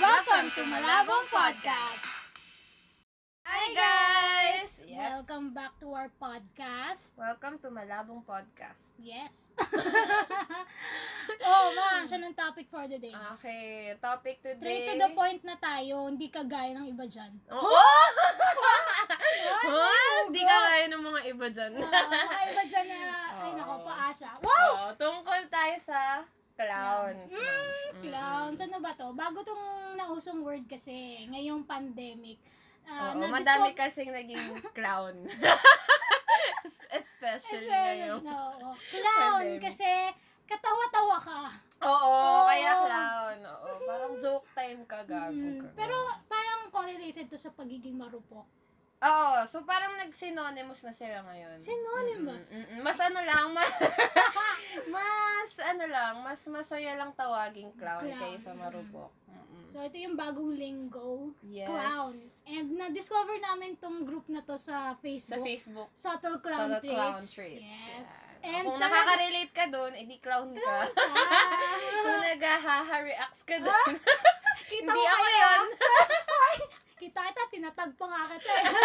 Welcome to Malabong Podcast! Hi guys! Yes. Welcome back to our podcast. Welcome to Malabong Podcast. Yes. oh, ma'am, siya ng topic for the Ah, day. Okay, topic Straight today. to the point na tayo, hindi kagaya ng iba dyan. Oh! What? Di ka kaya ng mga iba dyan. Uh, mga iba dyan na, ay nako, Oo. paasa. Wow! Oh, tungkol tayo sa clowns. Mm-hmm. Mm, clowns. Ano ba to? Bago tong nausong word kasi, ngayong pandemic. Ah, Oo, na-discover- madami kasing naging clown. Es- Especially Kasi, ngayon. no, oh. Clown, Pandemic. kasi katawa-tawa ka. Oo, Oo. kaya clown. Oo, parang joke time ka gago. Mm, ka. pero parang correlated to sa pagiging marupok. Oo, so parang nag-synonymous na sila ngayon. Synonymous. Mm-mm. Mas ano lang, mas, mas ano lang, mas masaya lang tawaging clown, Clown. kaysa marupok. Mm-mm. So ito yung bagong linggo, Yes. clown. And na-discover namin tong group na to sa Sa Facebook. Facebook. sa Subtle clown the tricks. clown tricks. Yes. Yan. And Kung talaga- nakaka-relate ka dun, edi clown ka. Kung nag-haha-reacts ka dun, Ah. Kita hindi ko ako kaya. yun. Kita ata, tinatag pa nga kita.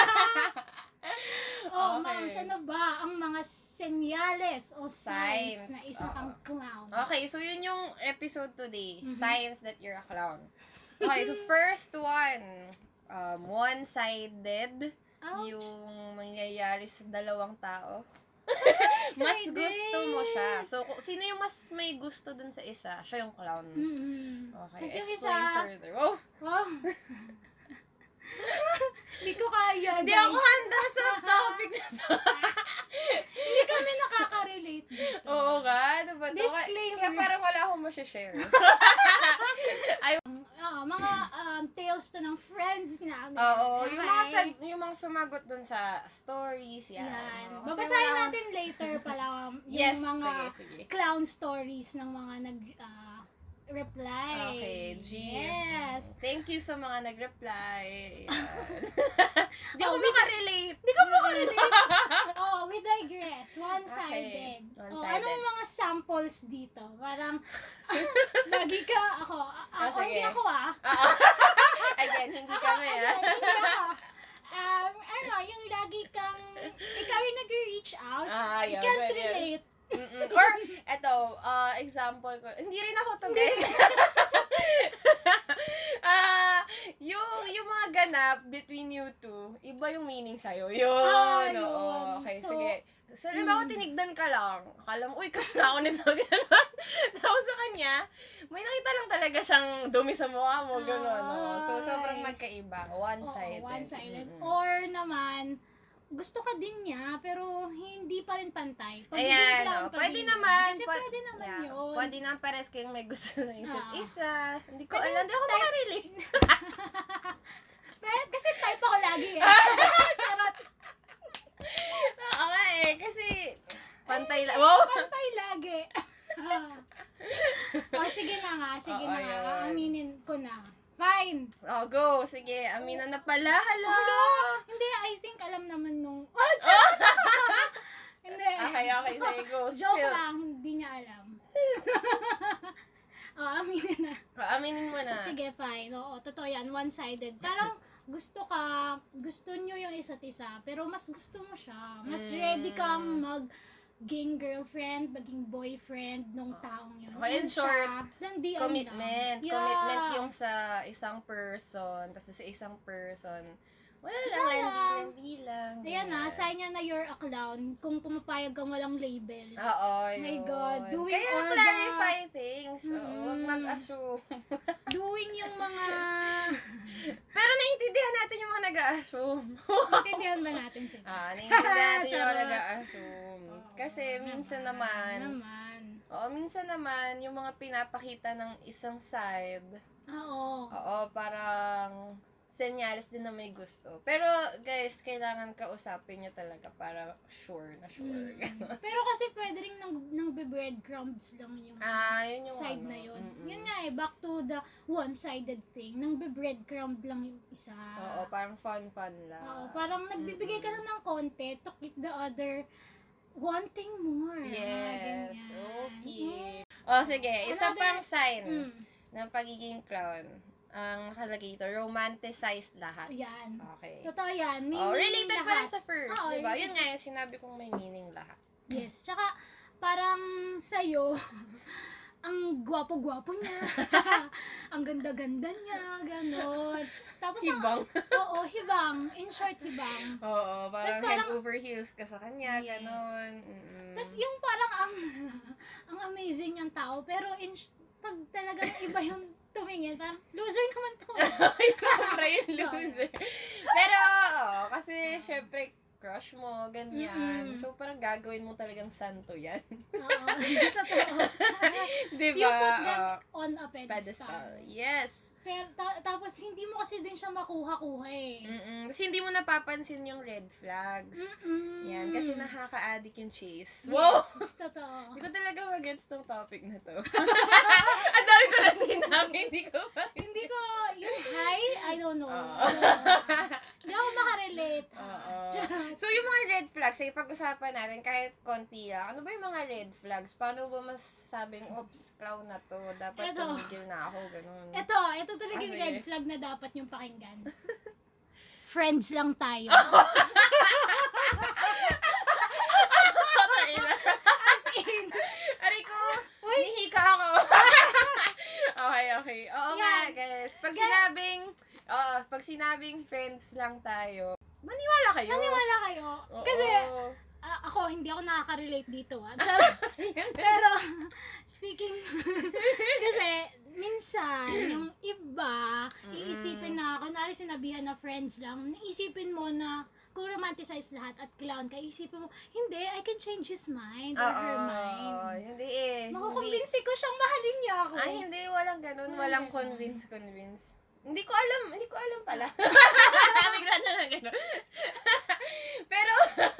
Okay. oh, ma'am, siya na ba ang mga senyales o Signs. signs, na Oo. isa Oh, kang clown? Okay, so yun yung episode today. Mm-hmm. Signs that you're a clown. Okay, so first one. Um, one-sided. Ouch. Yung nangyayari sa dalawang tao. mas One-sided. gusto mo siya. So, kung sino yung mas may gusto dun sa isa? Siya yung clown. Mm-mm. Okay, Hmm. Mm-hmm. Kasi yung explain isa- further. Oh, Wow. Hindi ko kaya, hindi guys. ako handa sa topic na to. Hindi kami nakaka-relate dito. Oo ka, ano ba to? Kaya- Disclaimer. Kaya parang wala akong masashare. Ah, mga um, tales to ng friends namin. Oo, yung mga, Okay? sag, yung mga sumagot dun sa stories, yan. Yan. Oo, kasi Babasahin wala akong- natin later pala um, yung um, Yes, mga sige, sige. clown stories ng mga nag ah, reply. Okay, G. Yes. Thank you sa mga nag-reply. Yan. Hindi Oh, ako we- makarelate. Hindi ko po relate. oh, we digress. One-sided. Okay, Oh, one-sided. anong mga samples dito? Parang, lagi ka ako. Ah, Ah, ako, hindi sige. ako ah. Oo. Again, hindi kami Ako, ah. ano, hindi ako. Um, ano, yung lagi kang, ikaw yung nag-reach out, Ah, yun, you can't pwede yun. relate. Mm-mm. Or, eto, ah, example ko. Hindi rin ako to, guys. Ah, yung, yung mga ganap between you two, iba yung meaning sa'yo. Yun. Ah, yun. oo. Okay, So, sige. So, alam mo, mm. tinignan ka lang. Akala mo, uy, kaya ako nito. ganun. Tapos sa kanya, may nakita lang talaga siyang dumi sa mukha mo. Ganun. oo. So, sobrang Ay. magkaiba. Oo, One-sided. one-sided. Mm-mm. Or naman, gusto ka din niya, pero hindi pa rin pantay. Pagiging Ayan, clown oh, pa pwede din. naman. Kasi pwe- pwede naman yeah, yun. Pwede naman pares kayong may gusto sa isa't Ah. isa. Hindi ko Pwede alam, hindi ako type- makarelate. Pero- kasi type ako lagi eh. Ah, Charot. Ah, Oo nga eh, kasi pantay lang. Wow! Pantay lagi. o, sige na nga, sige Oo, na nga. yun. Aminin ko na. Fine. Oh, go. Sige, amina na pala. Hala. Oh, Hindi, I think alam naman nung... Oh, charot! Hindi. Okay, okay. Sige, go. Joke Spill. lang, hindi niya alam. oh, aminin na. Oh, aminin mo na. Sige, ano fine. Oo, totoo yan. One-sided. Parang gusto ka, gusto nyo yung isa't isa, pero mas gusto mo siya. Mas Hmm. ready kang mag maging girlfriend, maging boyfriend nung taong yun. Okay, Ah. in Yun siya. short, Landian Commitment. lang. Yeah. Commitment yung sa isang person. Tapos sa isang person, wala lang. Wala Landi, lang. landi lang. Ayan ah, na, ganyan. sign niya na you're a clown kung pumapayag kang walang label. Oo, yun. Oh My God, doing Kaya all the- clarify things. Oo, huwag Mm. mag-assume. Doing yung mga... Pero naiintindihan natin yung mga nag-assume. Intindihan ba natin sila? ah, naiintindihan natin yung mga Charot. nag-assume. Kasi minsan naman, Ah, Naman. oo, minsan naman, yung mga pinapakita ng isang side, Ah, Oo. oo, parang senyales din na may gusto. Pero, guys, kailangan kausapin nyo talaga para sure na sure. Mm. Pero kasi pwede rin nang, nang breadcrumbs lang yung ah, yun yung side ano. na yun. Mm-mm. Yun nga eh, back to the one-sided thing. Nang breadcrumb lang yung isa. Oo, parang fun-fun lang. Oo, parang nagbibigay ka lang ng konti to keep the other wanting more. Yes, Ah, Ganyan. Hmm. okay. O, sige, isa Another- pang sign Mm. ng pagiging clown. ang nakalagay dito, romanticized lahat. Yan. Okay. Totoo yan. May Oh, meaning related pa lahat. rin sa first, Oo, di ba? related. Yun nga yung sinabi kong may meaning lahat. Yes. Tsaka, parang sa'yo, ang gwapo-gwapo niya. ang ganda-ganda niya. Ganon. Tapos, ang, Ibang. oo, hibang. In short, hibang. Oo, parang, Tas head parang- over heels ka sa kanya, Yes. ganon. Mm-mm. Tapos, yung parang ang, ang amazing ang tao. Pero, in, sh- pag talagang iba yung tumingin, parang loser naman to. Ay, sobra yung loser. Pero, oo, kasi syempre, crush mo, ganyan. Ah. Mm-mm. So, parang gagawin mo talagang santo yan. oo, totoo. Di ba? You put them Oo, on a pedestal. Diba? pedestal. Yes. Pero, ta- tapos, hindi mo kasi din siya makuha-kuha eh. Mm-mm. Kasi hindi mo napapansin yung red flags. Mm-mm. Yan, kasi nakaka-addict yung chase. Yes, Wow! totoo. Hindi ko talaga mag-gets tong topic na to. Ang dami ko na sinabi, hindi ko ma Hindi ko, Ah. yung high, I don't know. Oo. I don't know. Hindi ako makarelate. ha? Oo. Charot. So, yung mga red flags, ay pag-usapan natin kahit konti lang. Ano ba yung mga red flags? Paano ba masasabing, oops, clown na to, dapat Eto. tumigil na ako, ganun. Ito, ito talaga Ah, yung sige. red flag na dapat yung pakinggan. Friends lang tayo. As in, Aray ko, nihika ako. okay, okay. Oo nga, Yan. guys. Pag Guys. sinabing, oo, pag sinabing friends lang tayo, maniwala kayo. naniwala kayo. Oo. Kasi, ah, ako, hindi ako nakaka-relate dito. Ah. Charot. Pero, speaking, kasi, minsan, yung iba, iisipin Mm. na, kunwari sinabihan na friends lang, naisipin mo na, kung romanticize lahat at clown ka, isipin mo, hindi, I can change his mind or her Oo, mind. hindi eh. Hindi. Makukumbinsi ko siyang mahalin niya ako. Ay, hindi. Walang ganun. Walang Walang ganun. convince, convince. Hindi ko alam. Hindi ko alam pala. Bigla na lang ganun. Pero,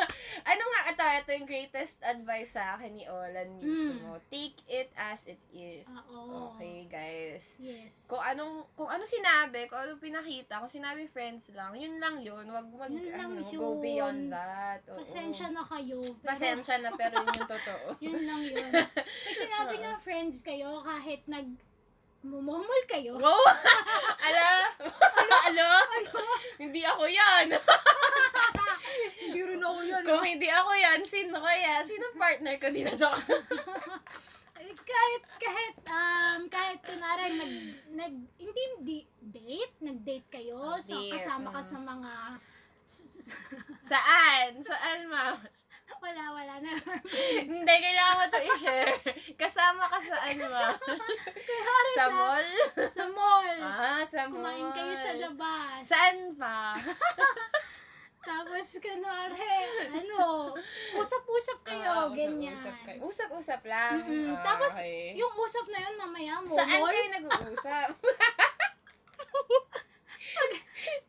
ano nga, ito, ito yung greatest advice sa akin ni Olan mismo. Take it as it is. Hmm. Oo. Okay, guys. Yes. Kung anong, kung ano sinabi, kung ano pinakita, kung sinabi friends lang, yun lang yun. Wag mag, Yun lang ano, go yun. beyond that. Oo. Pasensya na kayo. Pero, Pasensya na, pero yun yung totoo. Yun lang yun. Pag sinabi Oo. ng friends kayo, kahit nag mumumol kayo, Wow! Ala! Ala! Hindi ako yan! hindi rin ako yun. Kung hindi ako yan, sino kaya? Sino ang partner ko dito? Joke. Eh, kahit kahit um kahit kunwari nag nag hindi hindi date, nag-date kayo, Oh, so dear. kasama ka Mm. sa mga s- s- Saan? Saan, ma'am? wala wala na. Hindi, kailangan mo to i-share. Kasama ka saan, ma'am? Kunwari Sa sa, mall? sa mall. Ah, sa mall. Kumain kayo sa labas. Saan pa? Tapos kunwari, ano, usap-usap Ah, kayo, ganyan. Usap-usap kayo. Usap-usap lang. Mm-mm. Ah, Tapos, okay. Yung usap na yun mamaya mo, Saan mall, kayo nag-uusap?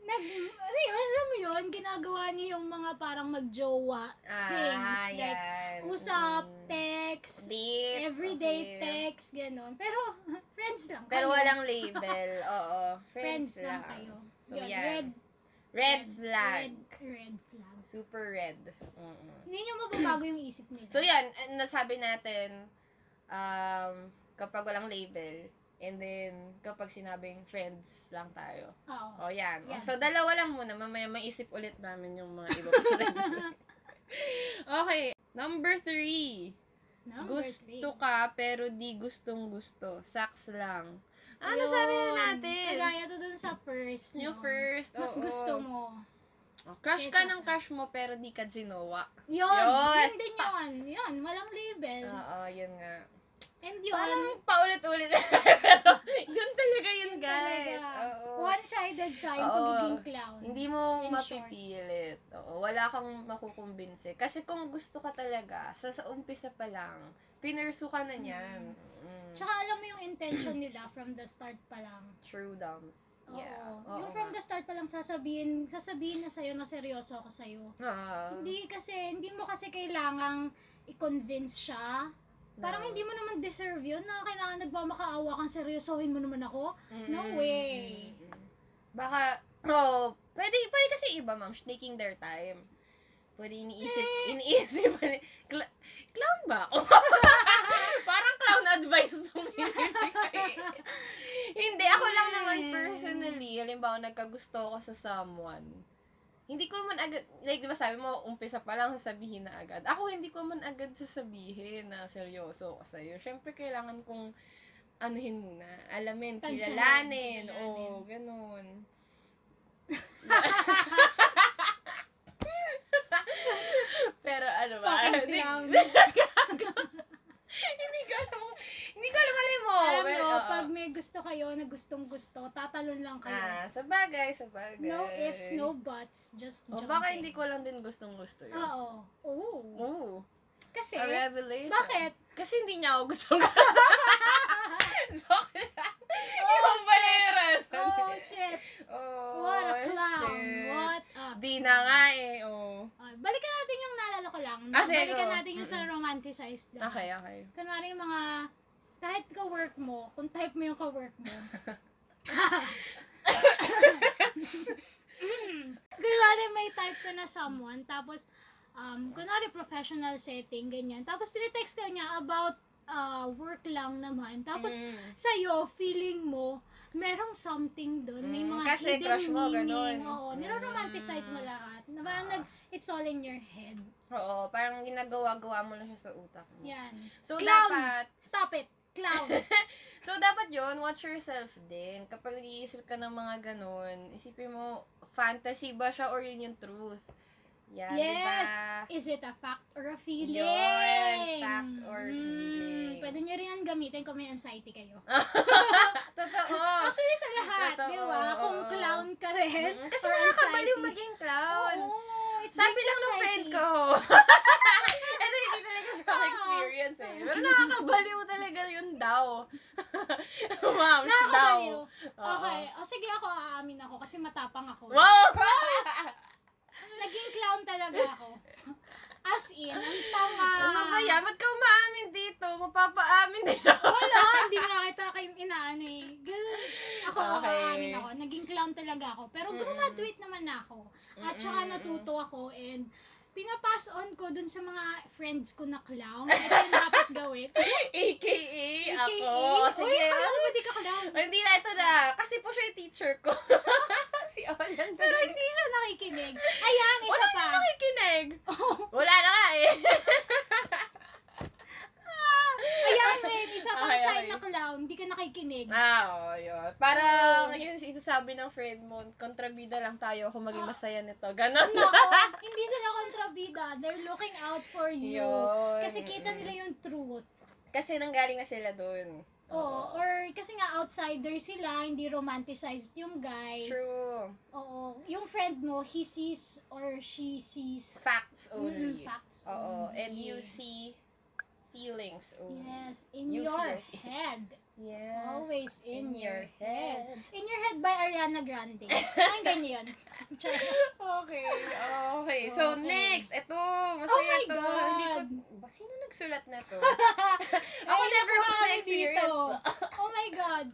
nag, ano yun, alam mo yun, ginagawa niyo yung mga parang magjowa. Things, like, Ah, yan. Usap, Mm. text, Date. everyday okay. text, gano'n. Pero, friends lang kayo. Pero walang label. Oo. friends, lang. kayo. So, Yun, yan. Red, Red flag. Red, red flag. Super red. Mm-mm. Hindi nyo mababago yung isip nila. So, yan. eh, Nasabi natin, um, kapag walang label, and then, kapag sinabing friends lang tayo. Oo. O, yan. O, Yes. So, dalawa lang muna. Mamaya maisip ulit namin yung mga iba pa rin. okay. Number three. Number three. gusto ka, pero di gustong gusto. Saks lang. Ah, nasabi na Yun. natin. Kagaya to dun sa first. Yung no? first, Mas oo. gusto mo. Oh, crush ka Kesa- ng crush mo pero di ka ginawa. Yun, Yun. yun din yun. Yun, walang label. Oo, yun nga. And yun, Parang paulit-ulit. pero yun talaga yun, yun guys. talaga. Oo. One-sided siya yung Oo. pagiging clown. Hindi mo In short. mapipilit. Oo, wala kang makukumbinse. Kasi kung gusto ka talaga, sa, sa umpisa pa lang, pinursu ka na niyan. Mm. Tsaka alam mo yung intention nila from the start pa lang. True dams. Yeah. Oo. yung from the start pa lang sasabihin, sasabihin na sa'yo na seryoso ako sa'yo. Um, Hindi kasi, hindi mo kasi kailangang i-convince siya. Parang hindi mo naman deserve yun na kailangan nagmamakaawa kang seryosohin mo naman ako. No way. Mm-hmm. Baka, oh, pwede, pwede kasi iba, ma'am, taking their time. Pwede iniisip, Eh. iniisip, cl- clown ba? ako? Parang clown advice tong binibigay. Hindi, ako lang naman Yes. personally, halimbawa nagkagusto ako sa someone, hindi ko naman agad, like, di ba sabi mo, umpisa pa lang sasabihin na agad. Ako, hindi ko man agad sasabihin na seryoso ko sa'yo. Siyempre, kailangan kong anuhin muna, alamin, Tansyahin, kilalanin, kilalanin. o, ganun. Pero ano ba? Fucking Hindi- clown. hindi ko alam, hindi ko alam, alam mo. Well, uh-uh. Alam mo, oo. pag may gusto kayo na gustong gusto, tatalon lang kayo. Ah, sabagay, sabagay. no ifs, no buts, just O jumping. Oh, baka hindi ko lang din gustong gusto yun. Oo. Oo. Oo. Kasi, A revelation. bakit? Kasi hindi niya ako gustong gusto. Joke lang. Yung pala yung reason. Oh, shit. Oh, What a clown. shit. What a Di na nga eh. Oh. Ah, balikan natin yung naalala ko lang. Ah, sige, balikan go. natin yung sa romanticized lang. Okay, okay. Kunwari yung mga, kahit ka-work mo, kung type mo yung ka-work mo. kunwari may type ka na someone, tapos, um, kunwari professional setting, ganyan. Tapos tinetext ka niya about ah, work lang naman. Tapos, Mm. sa'yo, feeling mo, merong something doon. May Mm, mga kasi hidden crush mo, meaning. ganun. Hmm. Oo, niroromanticize mo lahat. Na parang Ah. nag, it's all in your head. Oo, parang ginagawa-gawa mo lang siya sa utak mo. Yan. So, Clown! dapat, Stop it! Clown! So, dapat yon watch yourself din. Kapag nag-iisip ka ng mga ganun, isipin mo, fantasy ba siya or yun yung truth? Yan, di Yes! ba? Is it a fact or a feeling? Yun, fact or Mm, feeling. pwede nyo rin yan gamitin kung may anxiety kayo. Totoo! Actually, sa Ah, lahat, Totoo, di ba? Kung oo. clown ka rin. Mm, Kasi or nakakabaliw anxiety. maging clown. Oo, it Sabi brings lang ng anxiety. friend ko. Ito hindi talaga from experience eh. Pero nakakabaliw talaga yun daw. Ma'am, daw. Nakakabaliw. Oo. Okay. O sige ako, aamin ako kasi matapang ako. Wow! Naging clown talaga ako. As in, ang tanga. Ano ba yan? Ba't ka umaamin dito? Mapapaamin din ako. Wala, hindi nga kita kayo inaano eh. Ganun. Ako, ako, Okay. aamin ako. Naging clown talaga ako. Pero graduate naman ako. At saka Mm-mm, natuto ako and pinapass on ko dun sa mga friends ko na clown. Ito yung dapat gawin. AKA E ako. Oh, AKA, Sige. E? Uy, ano? akala ko ba di ka clown? Ah, Hindi na, ito na. Kasi po siya yung teacher ko. si Olan. Pero hindi siya nakikinig. Ayan, isa Wala pa. na nakikinig. Oo. Wala na nga eh. Ayan, wait. Isa pang Okay, sign okay. na clown. Hindi ka nakikinig. ah, oo, yun. Oh. Parang yun isasabi ng friend mo, kontrabida lang tayo kung maging Ah. masaya nito. Ganon. Nako, hindi sila kontrabida. They're looking out for you. Yun. Kasi kita nila yung truth. Kasi nanggaling na sila dun. Oo. Or kasi nga outsider sila, hindi romanticized yung guy. True. Oo. Yung friend mo, he sees or she sees Facts mm, only. facts. Oo. And only. you see feelings only. Mm. Yes, in You your feel. head. Yes. Always in, your head. In Your Head by Ariana Grande. Ang ganyan. Char. Okay, okay. So, Okay. next. Ito, masaya Oh my to. God. Hindi ko, ba, sino nagsulat na to? Ako never ko na-experience Oh my God.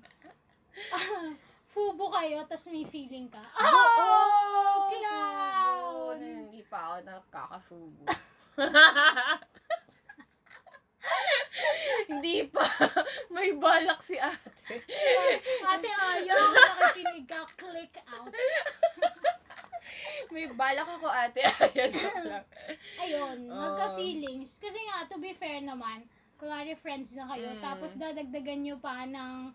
Fubo kayo, tas may feeling ka. Oh! Oo! clown! Fubo. Hindi pa ako nakakasubo. Hindi pa. May balak si ate. Ate, ayaw kung nakikinig ka, click out. May balak ako ate. Ayan, joke lang. Ayun, Oo. magka-feelings. Kasi nga, to be fair naman, kunwari friends na kayo, Mm. tapos dadagdagan nyo pa ng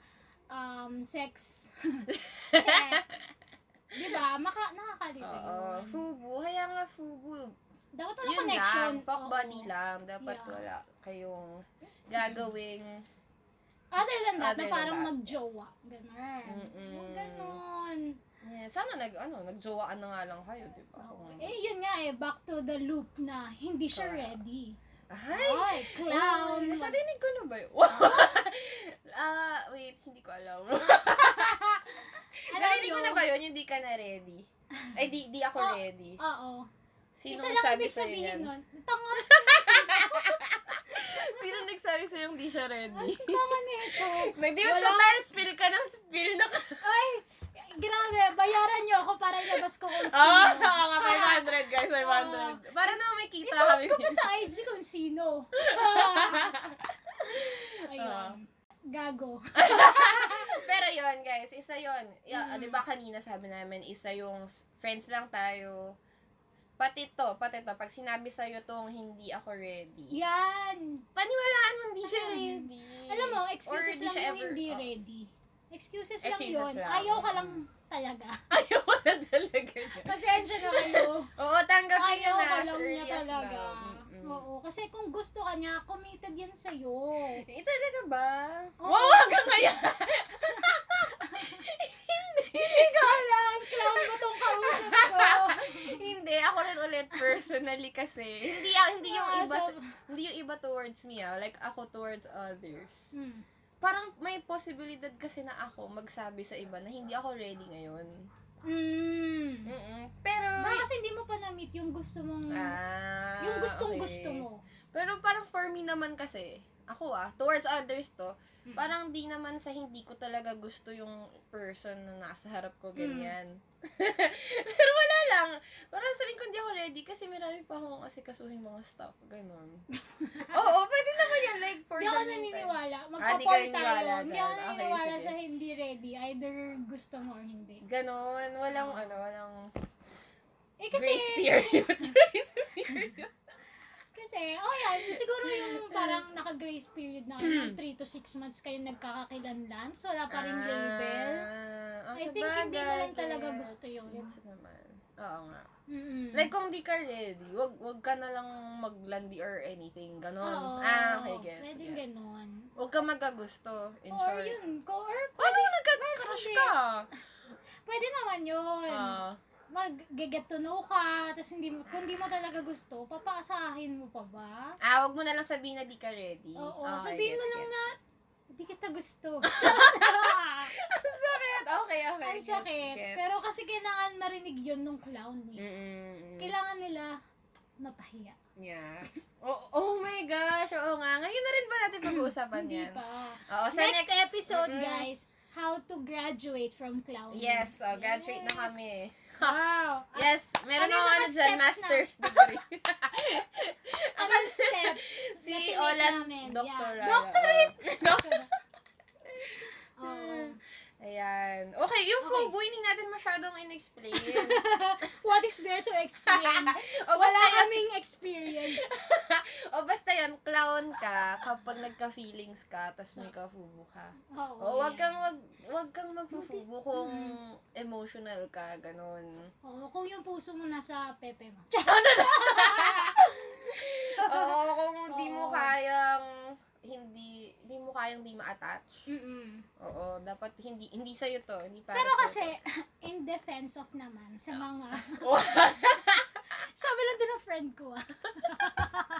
um, sex. Eh, di ba? Maka, nakakalito Oo. yun. Fubo. Kaya nga fubo. Dapat wala Yun connection. lang. Fuck Oo. buddy lang. Dapat Yeah. wala kayong gagawing Other than that, Other than na parang that. magjowa. Ganun. Mm-mm. Yung Ganun. Yeah, sana nag ano, nagjowaan na nga lang kayo, 'di ba? Kung- Eh, yun nga eh. Back to the loop na hindi siya Correct. ready. Ay, Ay, clown. Ay, narinig ko na ba yun? Ah, wait, hindi ko alam. Alam narinig ko nyo? na ba yun? Hindi ka na ready. Ay, di, di ako Oh. ready. Oo. Sino Isa lang nagsabi ibig sa'yo sabihin yan? nun. Tanga, Sino nagsabi sa'yo yung di siya ready? tanga nito. Hindi mo Wala. total spill ka ng spill na ka. Ay, grabe. Bayaran nyo ako para ilabas ko kung sino. Ah, Oo, oo nga, 500 guys, 500. Ah. Para naman may kita I-post ko kami. pa sa IG kung sino. Ayun. Ah. Gago. Pero yun, yun. Yeah, Mm. Di ba kanina sabi namin, isa yung s- friends lang tayo. S- Pati to, pati to. Pag sinabi sa'yo tong hindi ako ready. Yan! Paniwalaan mo, hindi siya Ano yun? ready. Alam mo, Or excuses di lang siya yung ever- hindi oh. Eh, ready. Excuses lang Excuses yun. lang. Mm. Ayaw ka lang talaga. Ayaw ko na talaga niya. Pasensya na kayo. Oo, tanggapin niyo Ayaw na as ka lang niya early as Mm. now. talaga. Mm-mm. Oo. Kasi kung gusto ka niya, committed yan sa'yo. Eh, talaga ba? Oo. Wow, hanggang kaya! Hindi ko alam. Clown ba tong Ah, kausap ko? hindi, ako rin ulit personally kasi. Hindi, ah, hindi yung Ah, iba, so- hindi yung iba towards me ah. Like, ako towards others. Hmm. Parang may posibilidad kasi na ako magsabi sa iba na hindi ako ready ngayon. Mm. Mm-mm. Pero, Baka kasi hindi mo pa na-meet yung gusto mong... ah, yung gustong okay. gusto mo. Pero parang for me naman kasi, ako ah, towards others to, Hmm. Mm. parang di naman sa hindi ko talaga gusto yung person na nasa harap ko ganyan. Hmm. Pero wala lang. Parang sabihin ko hindi ako ready kasi marami pa akong asikasuhin mga stuff. Ganon. Oo, pwede naman yun. Like, for Hindi ako the meantime. naniniwala. di ka Magpa-poll naniniwala tayo. Hindi ako dyan. Okay, naniniwala sige. sa hindi ready. Either gusto mo or hindi. Ganon. Walang, ano, walang Eh Ah. kasi... grace period. grace period. Kasi, oh yan, siguro yung parang naka-grace period na Hmm. kayo, 3 to 6 months kayo nagkakakilanlan, so wala pa rin label. Ah, I sa think hindi mo bagay, lang talaga gets, gusto yun. Gets naman. Oo nga. Mm-mm. Like, kung di ka ready, wag, wag ka na lang maglandi or anything. Ganon. Oo, ah, okay, gets. Pwedeng gets. ganon. Huwag ka magagusto, in Or short. yun, go or Wala mo nagka-crush hindi. ka. pwede naman yun. Ah. Mag-get to know ka, tapos hindi mo, kung hindi mo talaga gusto, papaasahin mo pa ba? ah, wag mo na lang sabihin na di ka ready. Oo, Okay, sabihin mo gets, lang gets. na, hindi kita gusto. Charot ah, lang. Ang sakit! Okay, okay. Ang gets, sakit. gets. Pero kasi kailangan marinig yun nung clown eh. Mm-mm. Kailangan nila mapahiya. Yeah. Oh, oh my gosh, oo nga. Ngayon na rin ba natin pag-uusapan Hindi yan? pa. Oo, sa next, episode, Mm-mm. guys, how to graduate from clown. Yes, oh, graduate na kami. Wow. Yes, meron Ano yung ako ano mga dyan, steps na? master's degree. Ano yung steps? Si na tinake Olan namin? Yeah. Doctorate. Doctorate! Oo. Ayan. Okay, yung Okay. FOBO, hindi natin masyadong in-explain. What is there to explain? o Wala Oh, basta yun, kaming experience. o basta yun, clown ka kapag nagka-feelings ka, tapos nagka-FOBO ka. Oo. O, Oh, wag yan. kang, wag, wag kang magpo-FOBO kung Mm. emotional ka, ganun. Oo, kung yung puso mo nasa pepe mo. Oo, kung hindi mo Oo. kayang hindi hindi mo kayang di ma-attach. Mm-mm. Oo, dapat hindi hindi sa to, hindi para Pero sa'yo kasi, in defense of naman, sa mga... to. Sabi lang doon ng friend ko ah.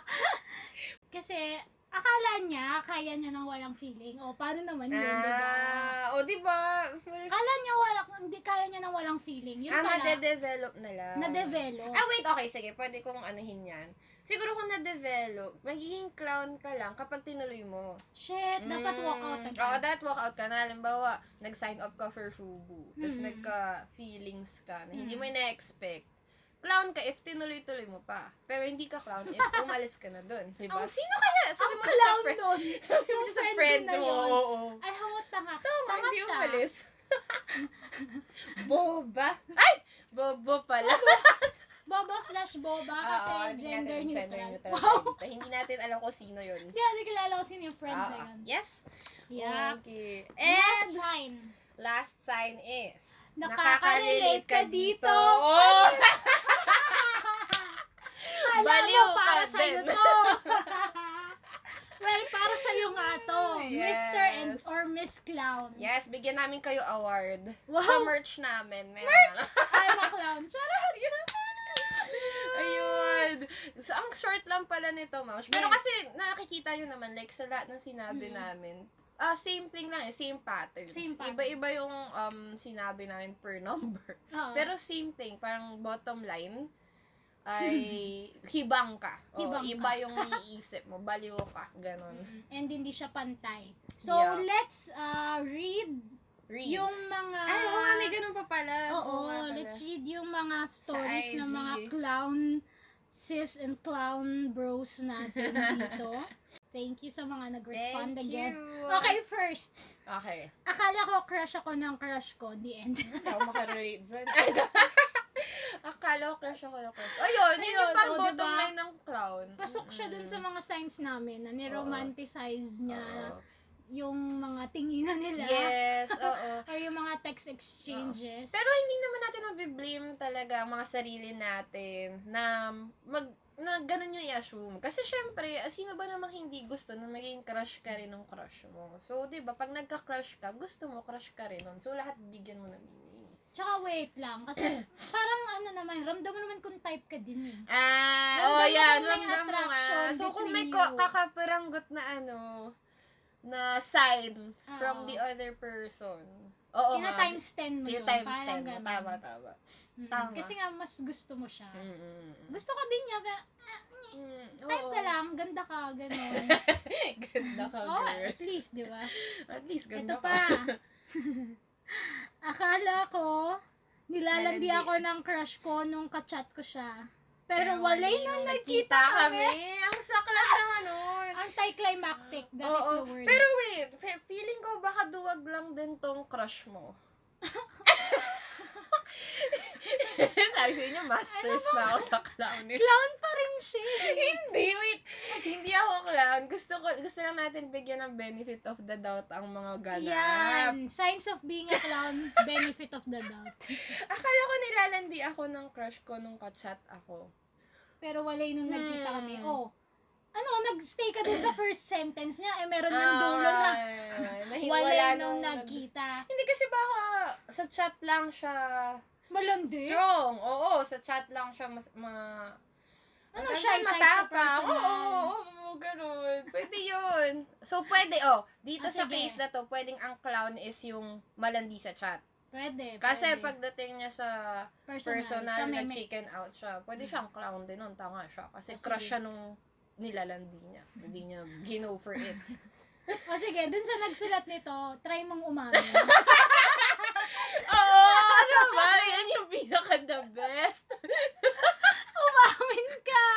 Kasi, akala niya, kaya niya nang walang feeling. O, paano naman yun, di ba? Ah, o di ba? Akala niya, wala, hindi kaya niya nang walang feeling. Yun Ah, pala, madedevelop na lang. na-develop. Ah, wait, okay, sige, pwede kong anuhin yan. Siguro kung na-develop, magiging clown ka lang kapag tinuloy mo. Shit, Mm, dapat walk Oo, out agad. dapat walk out ka na. Halimbawa, nag-sign up ka for FUBU. Tapos Mm. nagka-feelings ka na hindi Mm. mo ina-expect. Clown ka if tinuloy-tuloy mo pa. Pero hindi ka clown if umalis ka na dun. Diba? Ang- Sino kaya? Sabi Ang mo na sa clown friend. nun. Sabi mo Yung na sa friend ko friend na mo. yun. Oo, oo. Alam mo, tanga. Tama, tanga hindi siya. umalis. Boba. Ay! Bobo pala. Bobo slash boba Ah, kasi Ah, Oo, hindi gender natin neutral. Gender neutral wow. tayo dito. Hindi natin alam kung sino yun. Hindi, hindi kilala ko sino yung friend na Oo. yun. Yes. Yeah. Okay. Ah, Last Oh. And sign. Last sign is, Nakaka-relate ka dito. Oh! Alam mo, Baliw ka para sa'yo din. to. well, para sa'yo nga to. Yes. Mr. and or Miss Clown. yes, bigyan namin kayo award. Wow. Sa merch namin. merch? I'm a clown. Charot! Ayun. So, ang short lang pala nito, Mams. Pero Yes. kasi nakikita nyo naman, like, sa lahat ng sinabi Mm. namin, ah same thing lang eh, same patterns. Same pattern. Iba-iba yung um, sinabi namin per number. Oo. Pero same thing, parang bottom line, ay hibang ka. O, Hibang ka. Mm-hmm. iba yung iniisip mo, baliw ka, ganun. and hindi siya pantay. So, Yeah. let's uh, read Read. yung mga... Ay, oo nga, may ganun pa pala. Oo, nga pala. let's read yung mga stories ng IG. mga clown sis and clown bros natin dito. Thank you sa mga nag-respond Thank you. again. Okay, first. Okay. Akala ko crush ako ng crush ko. The end. Hindi ako makarelate dyan. Ah, Akala ko crush ako ng crush. Ayun, yun yung Ayun, parang oh, bottom diba? line ng clown. Pasok siya dun sa mga signs namin na niromanticize niya Oo. yung mga tinginan nila. Yes, oo. Or yung mga text exchanges. Pero hindi naman natin mabiblame talaga ang mga sarili natin na mag na ganun yung i-assume. Kasi syempre, ah, sino ba namang hindi gusto na maging crush ka rin ng crush mo? So, di ba, pag nagka-crush ka, gusto mo crush ka rin nun. So, lahat bigyan mo ng meaning. Tsaka wait lang. Kasi parang ano naman, ramdam mo naman kung type ka din eh. Ah, Ramdam oh mo yan, kung may ramdam mo attraction nga. So, kung may between ko- you. kakaparanggot na ano, na sign Oo. from the other person. Oo Tina nga. times 10 Ah. mo Tina yun. times parang 10. ganun. Ah. Tama, tama. Mm, Tama. Mm. Kasi nga, mas gusto mo siya. Mm-mm. Gusto ka din niya, pero ah, Mm, type oo. ka lang, ganda ka, ganun. ganda ka, oh, girl. at least, di ba? At least, Ito ganda ka. pa. Akala ko, nilalandi Nilalandi. ako ng crush ko nung kachat ko siya. Pero walay na nagkita kami. Ang ano, saklap naman nun. Anti-climactic, that is Oo. the word. Pero wait, fe- feeling ko baka duwag lang din tong crush mo. Sabi ko inyo, masters na ako sa clown. clown pa rin siya. Ano hindi, wait. Hindi ako clown. Gusto ko, gusto lang natin bigyan ng benefit of the doubt ang mga ganap. Yan. Signs of being a clown, benefit of the doubt. Akala ko nilalandi ako ng crush ko nung kachat ako. Pero walay nung nagkita Hmm. kami. Oh, ano, nagstay ka dun sa first sentence niya. Eh, meron ng Ah, dulo na nahiwala walay nung nag- nagkita. Hindi kasi baka sa chat lang siya Malandi. strong. Oo, sa chat lang siya mas ma Ano, Ang shy ganda, type sa matapang. Oo, personal. oo, oo, oo, ganun. Pwede yun. So, pwede, oh, dito Ah, sa sige. case na to, pwedeng ang clown is yung malandi sa chat. Pwede, Kasi pwede. pagdating niya sa Siya personal, may- may- nag-chicken out siya, pwede siyang clown din nun, tanga siya. Kasi Ah, sige. crush siya nung nilalandi niya. Hindi niya gino for it. O sige, dun sa nagsulat nito, try mong umamin. Oo, ano ba? Yan yung pinaka the best. umamin ka!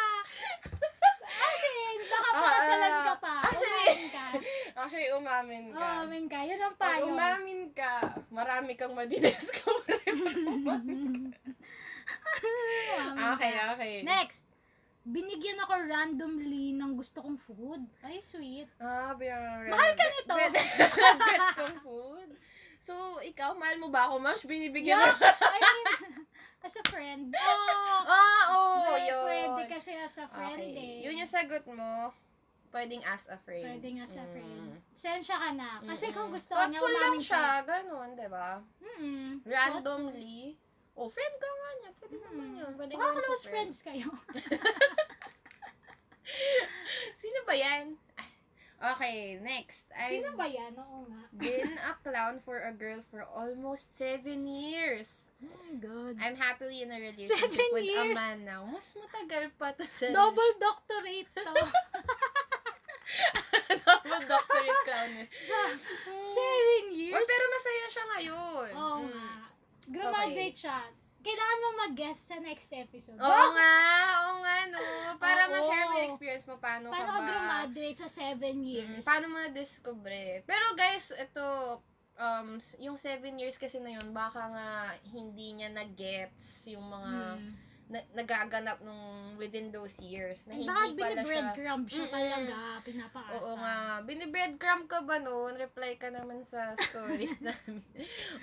As in, baka Ah, pakasalan ah, ka pa. actually- umamin ka. Oh, Actually, umamin ka. Umamin ka. Yun ang Pag payo. umamin ka, marami kang madidiscover. Umamin Ah, okay, ka. okay. Next. Binigyan ako randomly ng gusto kong food. Ay, sweet. Ah, biyara. Mahal ka nito. Bet, bet, bet kang food. So, ikaw, mahal mo ba ako, Mams? Binibigyan Yeah. na. I mean, as a friend. Oh, Ah, oo, pwede, yun. pwede kasi as a friend Okay. eh. Yun yung sagot mo. Pwedeng as a friend. Pwede nga sa friend. Mm. Sensya ka na. Kasi Mm-mm. kung gusto niya, Thoughtful lang umamin siya. siya. Ganun, di ba? Mm-mm. Randomly. Oh, friend ka nga niya. Pwede naman Mm. yun. Pwede Baka naman sa close friend. friends kayo. Sino ba yan? Ah, Okay, next. I've Sino ba yan? Oo nga. been a clown for a girl for almost seven years. Oh my God. I'm happily in a relationship Seven with years? a man now. Mas matagal pa to sa... Double doctorate to. Double doctorate clown. eh. Sa- Seven Oh, years? pero masaya siya ngayon. Oo Mm. nga. Graduate siya. Kailangan mo mag-guest sa next episode. Oo nga, oo nga, no. Para Oo. ma-share mo yung experience mo, paano, ano ka Paano ka ba? graduate sa seven Mm, years? paano mo na-discover? eh? Pero guys, ito, um, yung seven years kasi na yun, baka nga hindi niya na-gets yung mga Mm. na- nagaganap nung within those years. Na Ay, hindi Baka pala siya. binibreadcrumb siya Mm-mm. talaga. Pinapaasa. Oo nga. Binibreadcrumb ka ba noon? Reply ka naman sa stories namin.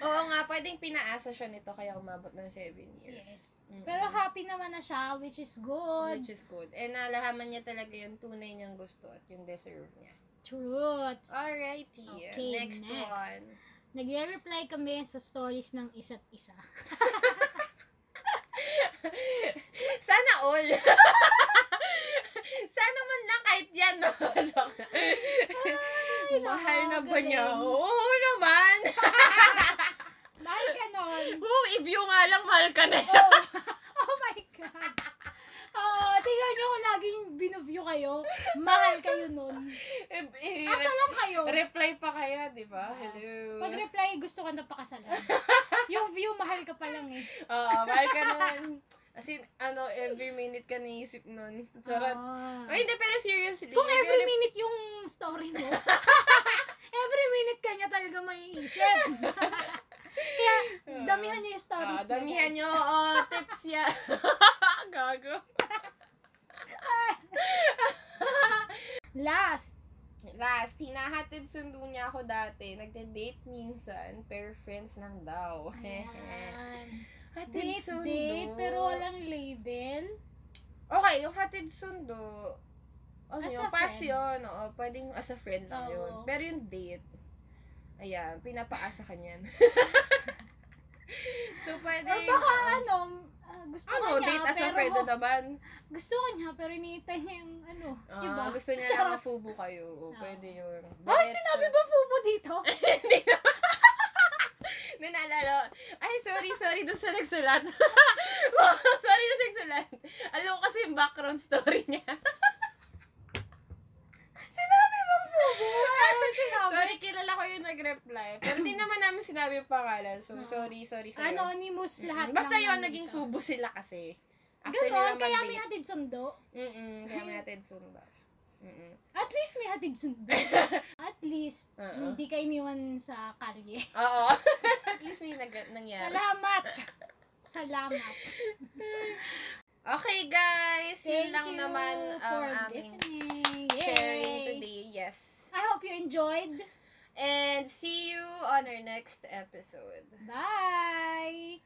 Oo nga, pwedeng pinaasa siya nito kaya umabot ng 7 years. Yes. Mm-mm. Pero happy naman na siya, which is good. Which is good. And nalahaman niya talaga yung tunay niyang gusto at yung deserve niya. Truths. Alrighty. Okay, next, next. one. Nagre-reply kami sa stories ng isa't isa. Sana all. Sana man lang kahit yan. No? Joke lang. Mahal na ba niya? galing. Oo naman. Mahal ka nun. Oo, if you nga lang, mahal ka na. Oh, oh my God. Oh, tingnan nyo kung laging binuview kayo. Mahal kayo nun. Eh, eh, Asa lang kayo. Reply pa kaya, di ba? Ah. Hello. Pag-reply, gusto ka na pakasalan. Yung view, mahal ka pa lang eh. Oo, mahal ka naman. As in, ano, every minute ka naisip nun. Charot. Ah. Ay, hindi, pero seriously. Kung if every you're- minute yung story mo, every minute ka niya talaga maiisip. Kaya, damihan niyo yung Ah, stories niyo, damihan guys. nyo, oh, tips yan. Gago. Last, Last, hinahatid sundo niya ako dati. Nagde-date minsan, pero friends lang daw. Ayan. hatid date, sundo. date, pero walang label. Okay, yung hatid sundo, ano As yun, a pass friend. yun. Oo, pwedeng as a friend lang Oo. yun. Pero yung date, ayan, pinapaasa ka niyan. so, pwede Or baka ano, ah, gusto ano, ka niya, date as a pero friend na naman. gusto ka niya, pero iniintay niya yung ano, Ah, iba. gusto niya lang Charot. mafubo kayo. Oo, Pwede yun. Ay, Diretso. sinabi ba fubo dito? Hindi na. May naalala ko. Ay, sorry, sorry doon sa nagsulat. sorry doon sa nagsulat. Alam ko kasi yung background story niya. sinabi ba fubo? Ano sinabi? sorry, kilala ko yung nag-reply. Pero hindi naman namin sinabi yung pangalan. So, sorry, sorry sa'yo. Anonymous Ano, lahat Basta ng yun, nandito. naging fubo sila kasi. After Ganon, nila kaya mag-date. may hatid sundo. Mm-mm, kaya may natin sunda. Mm-mm. At least may hatid sundo. At least, Oo. hindi ka iniwan sa kalye. Oo. At least may nag- nangyari. Salamat! Salamat. Okay, guys. yun Thank lang you naman ang for aming listening. Yay! sharing today. Yes. I hope you enjoyed. And see you on our next episode. Bye!